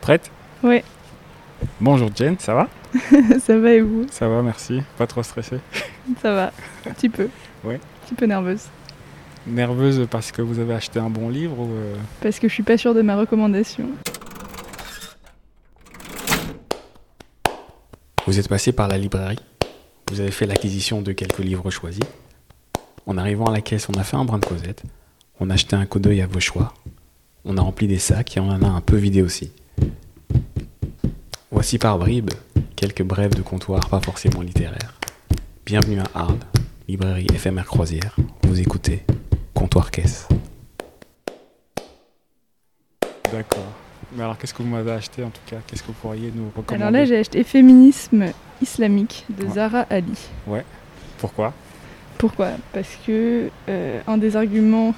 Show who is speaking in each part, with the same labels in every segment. Speaker 1: Prête
Speaker 2: Ouais.
Speaker 1: Bonjour Jane, ça va
Speaker 2: ça va et vous
Speaker 1: Ça va, merci. Pas trop stressée.
Speaker 2: Ça va, un petit peu.
Speaker 1: Ouais.
Speaker 2: Un petit peu nerveuse.
Speaker 1: Nerveuse parce que vous avez acheté un bon livre ou euh,
Speaker 2: Parce que je suis pas sûre de ma recommandation.
Speaker 3: Vous êtes passé par la librairie, vous avez fait l'acquisition de quelques livres choisis. En arrivant à la caisse, on a fait un brin de Cosette, on a jeté un coup d'œil à vos choix, on a rempli des sacs et on en a un peu vidé aussi. Voici par bribes quelques brèves de comptoir pas forcément littéraires. Bienvenue à Arles, librairie éphémère croisière. Vous écoutez Comptoir Caisse.
Speaker 1: D'accord. Mais alors, qu'est-ce que vous m'avez acheté en tout cas Qu'est-ce que vous pourriez nous recommander
Speaker 2: Alors là, j'ai acheté Féminisme islamique de
Speaker 1: Ouais.
Speaker 2: Zara Ali.
Speaker 1: Pourquoi
Speaker 2: Pourquoi Parce que euh, un des arguments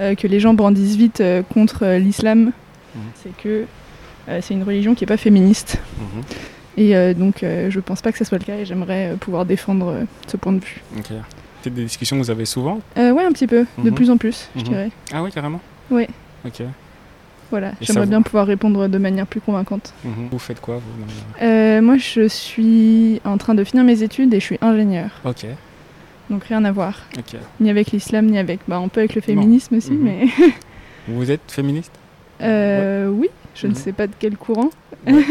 Speaker 2: euh, que les gens brandissent vite euh, contre euh, l'islam,
Speaker 1: Mhm.
Speaker 2: c'est que euh, c'est une religion qui est pas féministe.
Speaker 1: Mhm.
Speaker 2: Et euh, donc, euh, je pense pas que ce soit le cas et j'aimerais euh, pouvoir défendre euh, ce point de vue.
Speaker 1: Ok. C'est des discussions que vous avez souvent
Speaker 2: Euh, ouais, un petit peu, de
Speaker 1: Mhm.
Speaker 2: plus en plus, je
Speaker 1: Mhm.
Speaker 2: dirais.
Speaker 1: Ah oui, carrément
Speaker 2: Ouais.
Speaker 1: Ok.
Speaker 2: Voilà,
Speaker 1: Et ça
Speaker 2: j'aimerais
Speaker 1: vous-
Speaker 2: bien pouvoir répondre de manière plus convaincante.
Speaker 1: Mhm. Vous faites quoi vous dans le-
Speaker 2: Euh, moi, je suis en train de finir mes études et je suis ingénieur.
Speaker 1: Ok,
Speaker 2: Donc rien à voir.
Speaker 1: ok.
Speaker 2: Ni avec l'islam, ni avec. Bah, un peu avec le
Speaker 1: Non.
Speaker 2: féminisme aussi,
Speaker 1: Mhm.
Speaker 2: mais.
Speaker 1: Vous êtes féministe
Speaker 2: Euh, Oui, je ne
Speaker 1: Mhm.
Speaker 2: sais pas de quel courant,
Speaker 1: Ouais, ouais,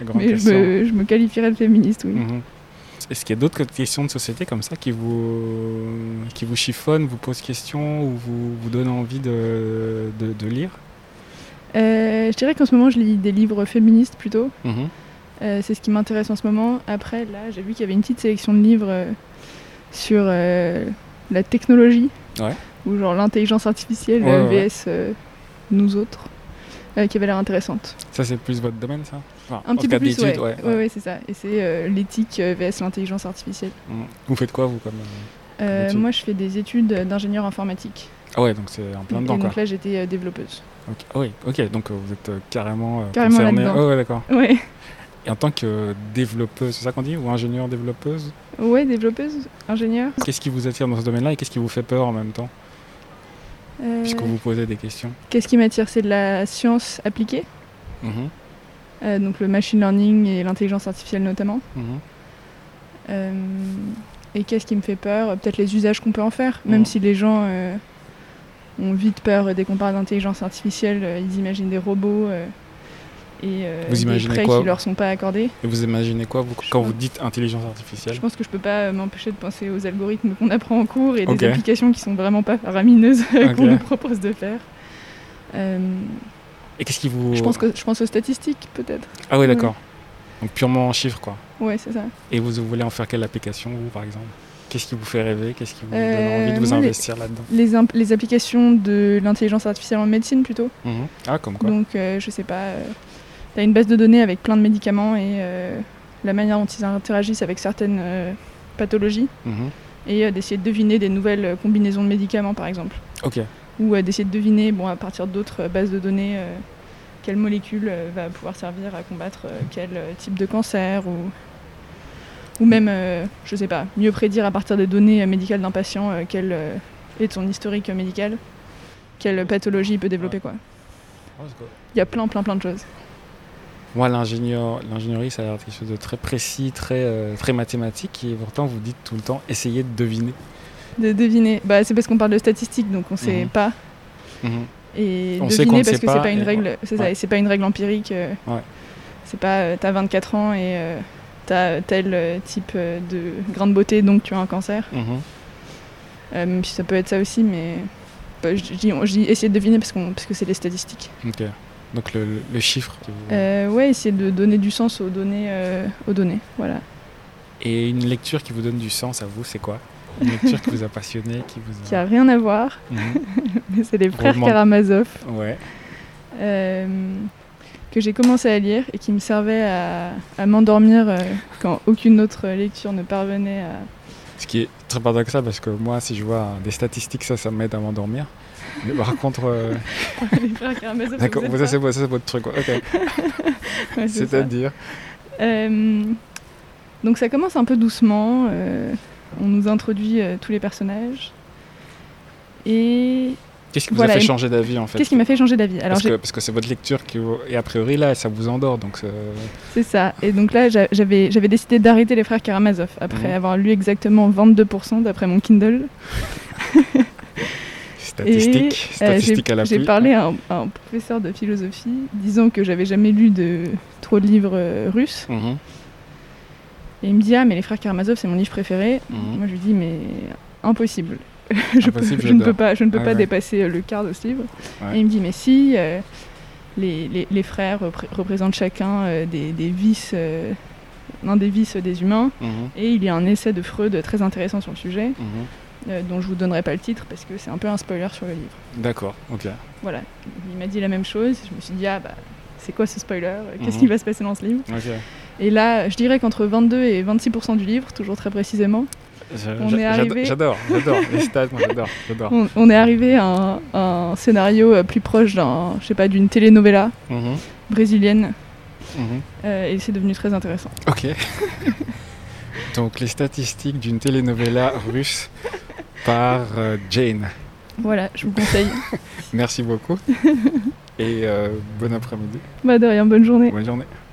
Speaker 1: la grande
Speaker 2: mais je
Speaker 1: question.
Speaker 2: me, je me qualifierais de féministe, oui.
Speaker 1: Mhm. Est-ce qu'il y a d'autres questions de société comme ça qui vous, qui vous chiffonnent, vous posent question ou vous, vous donnent envie de, de, de lire
Speaker 2: Euh, je dirais qu'en ce moment, je lis des livres féministes plutôt.
Speaker 1: Mhm.
Speaker 2: Euh, c'est ce qui m'intéresse en ce moment. Après, là, j'ai vu qu'il y avait une petite sélection de livres euh, sur euh, la technologie,
Speaker 1: Ouais.
Speaker 2: ou genre l'intelligence artificielle,
Speaker 1: Ouais, ouais, ouais.
Speaker 2: VS euh, nous autres, euh, qui avait l'air intéressante.
Speaker 1: Ça, c'est plus votre domaine, ça Enfin,
Speaker 2: Un
Speaker 1: en
Speaker 2: petit
Speaker 1: tout cas,
Speaker 2: peu plus, ouais.
Speaker 1: d'études,
Speaker 2: Ouais,
Speaker 1: ouais.
Speaker 2: ouais, c'est ça. Et c'est euh, l'éthique euh, VS l'intelligence artificielle.
Speaker 1: Mhm. Vous faites quoi, vous comme, euh,
Speaker 2: Euh,
Speaker 1: Ok.
Speaker 2: Moi, je fais des études d'ingénieur informatique.
Speaker 1: Ah ouais, donc c'est en plein
Speaker 2: et
Speaker 1: dedans, quoi.
Speaker 2: donc là, j'étais euh, développeuse.
Speaker 1: Ok. Ah ouais, ok, donc euh, vous êtes euh, carrément, euh,
Speaker 2: Carrément
Speaker 1: concerné.
Speaker 2: là-dedans.
Speaker 1: Ah ouais, d'accord.
Speaker 2: Ouais,
Speaker 1: Et en tant que euh, développeuse, c'est ça qu'on dit Ou ingénieur développeuse
Speaker 2: ouais développeuse, ingénieur.
Speaker 1: Qu'est-ce qui vous attire dans ce domaine-là et qu'est-ce qui vous fait peur en même temps
Speaker 2: Euh,
Speaker 1: Puisque vous posez des questions.
Speaker 2: Qu'est-ce qui m'attire C'est de la science appliquée,
Speaker 1: Mhm.
Speaker 2: euh, donc le machine learning et l'intelligence artificielle notamment.
Speaker 1: Mhm.
Speaker 2: Euh, et qu'est-ce qui me fait peur Peut-être les usages qu'on peut en faire, même
Speaker 1: Mhm.
Speaker 2: si les gens euh, ont vite peur euh, dès qu'on parle d'intelligence artificielle, euh, ils imaginent des robots euh, et euh,
Speaker 1: Vous
Speaker 2: des
Speaker 1: imaginez
Speaker 2: prêts
Speaker 1: quoi
Speaker 2: qui leur sont pas accordés.
Speaker 1: Et vous imaginez quoi vous,
Speaker 2: Je
Speaker 1: quand
Speaker 2: pense-
Speaker 1: vous dites intelligence artificielle
Speaker 2: Je pense que je peux pas euh, m'empêcher de penser aux algorithmes qu'on apprend en cours et
Speaker 1: Ok.
Speaker 2: des applications qui sont vraiment pas faramineuses
Speaker 1: Ok.
Speaker 2: qu'on nous propose de faire. Euh,
Speaker 1: Et qu'est-ce qui vous.
Speaker 2: je, pense que, Mm. je pense aux statistiques peut-être.
Speaker 1: Ah oui, d'accord. Donc purement en chiffres, quoi.
Speaker 2: Ouais, c'est ça.
Speaker 1: Et vous voulez en faire quelle application, vous, par exemple Qu'est-ce qui vous fait rêver Qu'est-ce qui vous
Speaker 2: Euh,
Speaker 1: donne envie de vous
Speaker 2: moi, les-
Speaker 1: investir là-dedans
Speaker 2: Les, imp- les applications de l'intelligence artificielle en médecine plutôt.
Speaker 1: Mhm. Ah, comme quoi
Speaker 2: Donc, euh, je sais pas, euh, t'as une base de données avec plein de médicaments et euh, la manière dont ils interagissent avec certaines euh, pathologies
Speaker 1: Mhm.
Speaker 2: et euh, d'essayer de deviner des nouvelles euh, combinaisons de médicaments, par exemple.
Speaker 1: Ok.
Speaker 2: Ou euh, d'essayer de deviner, bon, à partir d'autres euh, bases de données, euh, quelle molécule euh, va pouvoir servir à combattre euh, quel euh, type de cancer ou. Ou même, euh, je sais pas, mieux prédire à partir des données euh, médicales d'un patient euh, quel euh, est son historique euh, médical, quelle pathologie il peut développer, quoi. Il y a plein, plein, plein de choses.
Speaker 1: Moi, l'ingénieur, l'ingénierie, ça a l'air quelque chose de très précis, très, euh, très mathématique. Et pourtant, vous dites tout le temps, essayez de deviner.
Speaker 2: De deviner. Bah, c'est parce qu'on parle de statistiques, donc on sait
Speaker 1: Mhm.
Speaker 2: pas.
Speaker 1: Mhm.
Speaker 2: Et
Speaker 1: On sait qu'on
Speaker 2: deviner
Speaker 1: ne
Speaker 2: parce
Speaker 1: sait
Speaker 2: que c'est
Speaker 1: pas
Speaker 2: pas une
Speaker 1: et-
Speaker 2: règle. C'est ça,
Speaker 1: ouais.
Speaker 2: et c'est pas une règle empirique. euh,
Speaker 1: Ouais.
Speaker 2: C'est pas euh, t'as 24 ans et euh, t'as euh, tel euh, type euh, de grande beauté, donc tu as un cancer.
Speaker 1: Mhm.
Speaker 2: Euh, même si ça peut être ça aussi, mais bah, je je dis on- je dis essayer de deviner parce, qu'on- parce que c'est les statistiques.
Speaker 1: Ok. Donc, le, le- le chiffre. qui vous-
Speaker 2: Euh, ouais, essayer de donner du sens aux données. euh, aux données voilà.
Speaker 1: Et une lecture qui vous donne du sens à vous, c'est quoi Une lecture qui vous a passionné, qui vous
Speaker 2: Qui a rien à voir,
Speaker 1: Mhm.
Speaker 2: mais c'est les frères
Speaker 1: Roman.
Speaker 2: Karamazov.
Speaker 1: Ouais.
Speaker 2: euh, que j'ai commencé à lire et qui me servait à, à m'endormir euh, quand aucune autre euh, lecture ne parvenait à...
Speaker 1: Ce qui est très paradoxal parce que moi, si je vois des statistiques, ça, ça m'aide à m'endormir. Mais par contre, euh,
Speaker 2: les frères Karamazov.
Speaker 1: d'accord, bah
Speaker 2: vous êtes
Speaker 1: ça
Speaker 2: ça
Speaker 1: c'est ça, c'est votre truc. quoi. Ok.
Speaker 2: Ouais, c'est ça.
Speaker 1: C'est-à-dire,
Speaker 2: Euh, donc ça commence un peu doucement, euh, on nous introduit euh, tous les personnages et
Speaker 1: Qu'est-ce qui vous
Speaker 2: Voilà,
Speaker 1: a fait
Speaker 2: et-
Speaker 1: changer d'avis en fait
Speaker 2: Qu'est-ce qui m'a fait changer d'avis Alors
Speaker 1: parce
Speaker 2: j'ai-
Speaker 1: que, parce que c'est votre lecture qui vous- et a priori là ça vous endort donc euh,
Speaker 2: c'est ça. Et donc là, j'a- j'avais j'avais décidé d'arrêter les frères Karamazov après
Speaker 1: Mhm.
Speaker 2: avoir lu exactement 22% d'après mon Kindle.
Speaker 1: statistique,
Speaker 2: Euh, j'ai-
Speaker 1: statistique à la
Speaker 2: J'ai parlé à un, à un professeur de philosophie disant que j'avais jamais lu de trop de livres euh, russes.
Speaker 1: Mhm,
Speaker 2: Et il me dit Ah, mais les frères Karamazov, c'est mon livre préféré.
Speaker 1: mhm.
Speaker 2: Moi, je lui dis Mais impossible. je, peux-
Speaker 1: Impossible,
Speaker 2: je ne
Speaker 1: j'adore.
Speaker 2: peux pas, je ne peux
Speaker 1: Ah
Speaker 2: pas
Speaker 1: ouais.
Speaker 2: dépasser euh, le quart de ce livre.
Speaker 1: Ouais.
Speaker 2: Et il me dit Mais si, euh, les, les- les frères repré- représentent chacun euh, des, des vices. euh, l'un des vices des humains,
Speaker 1: Mhm,
Speaker 2: et il y a un essai de Freud très intéressant sur le sujet,
Speaker 1: mhm.
Speaker 2: euh, dont je vous donnerai pas le titre parce que c'est un peu un spoiler sur le livre.
Speaker 1: D'accord, ok.
Speaker 2: Voilà, il m'a dit la même chose. Je me suis dit, ah bah, c'est quoi ce spoiler Qu'est-ce
Speaker 1: Mhm.
Speaker 2: qui va se passer dans ce livre
Speaker 1: ok.
Speaker 2: Et là, je dirais qu'entre 22 et 26% du livre, toujours très précisément,
Speaker 1: Je-
Speaker 2: On
Speaker 1: j'a-
Speaker 2: est arrivé-
Speaker 1: J'adore, j'adore. Les stats, moi j'adore, j'adore.
Speaker 2: on, on est arrivé à un, un scénario euh, plus proche d'un, je sais pas, d'une telenovela
Speaker 1: Mhm,
Speaker 2: brésilienne.
Speaker 1: mhm.
Speaker 2: euh, et c'est devenu très intéressant.
Speaker 1: Ok. Donc les statistiques d'une telenovela russe par euh, Jane.
Speaker 2: Voilà, je vous conseille.
Speaker 1: Merci beaucoup. Et euh, bon après-midi.
Speaker 2: bah de rien, bonne journée.
Speaker 1: Bonne journée.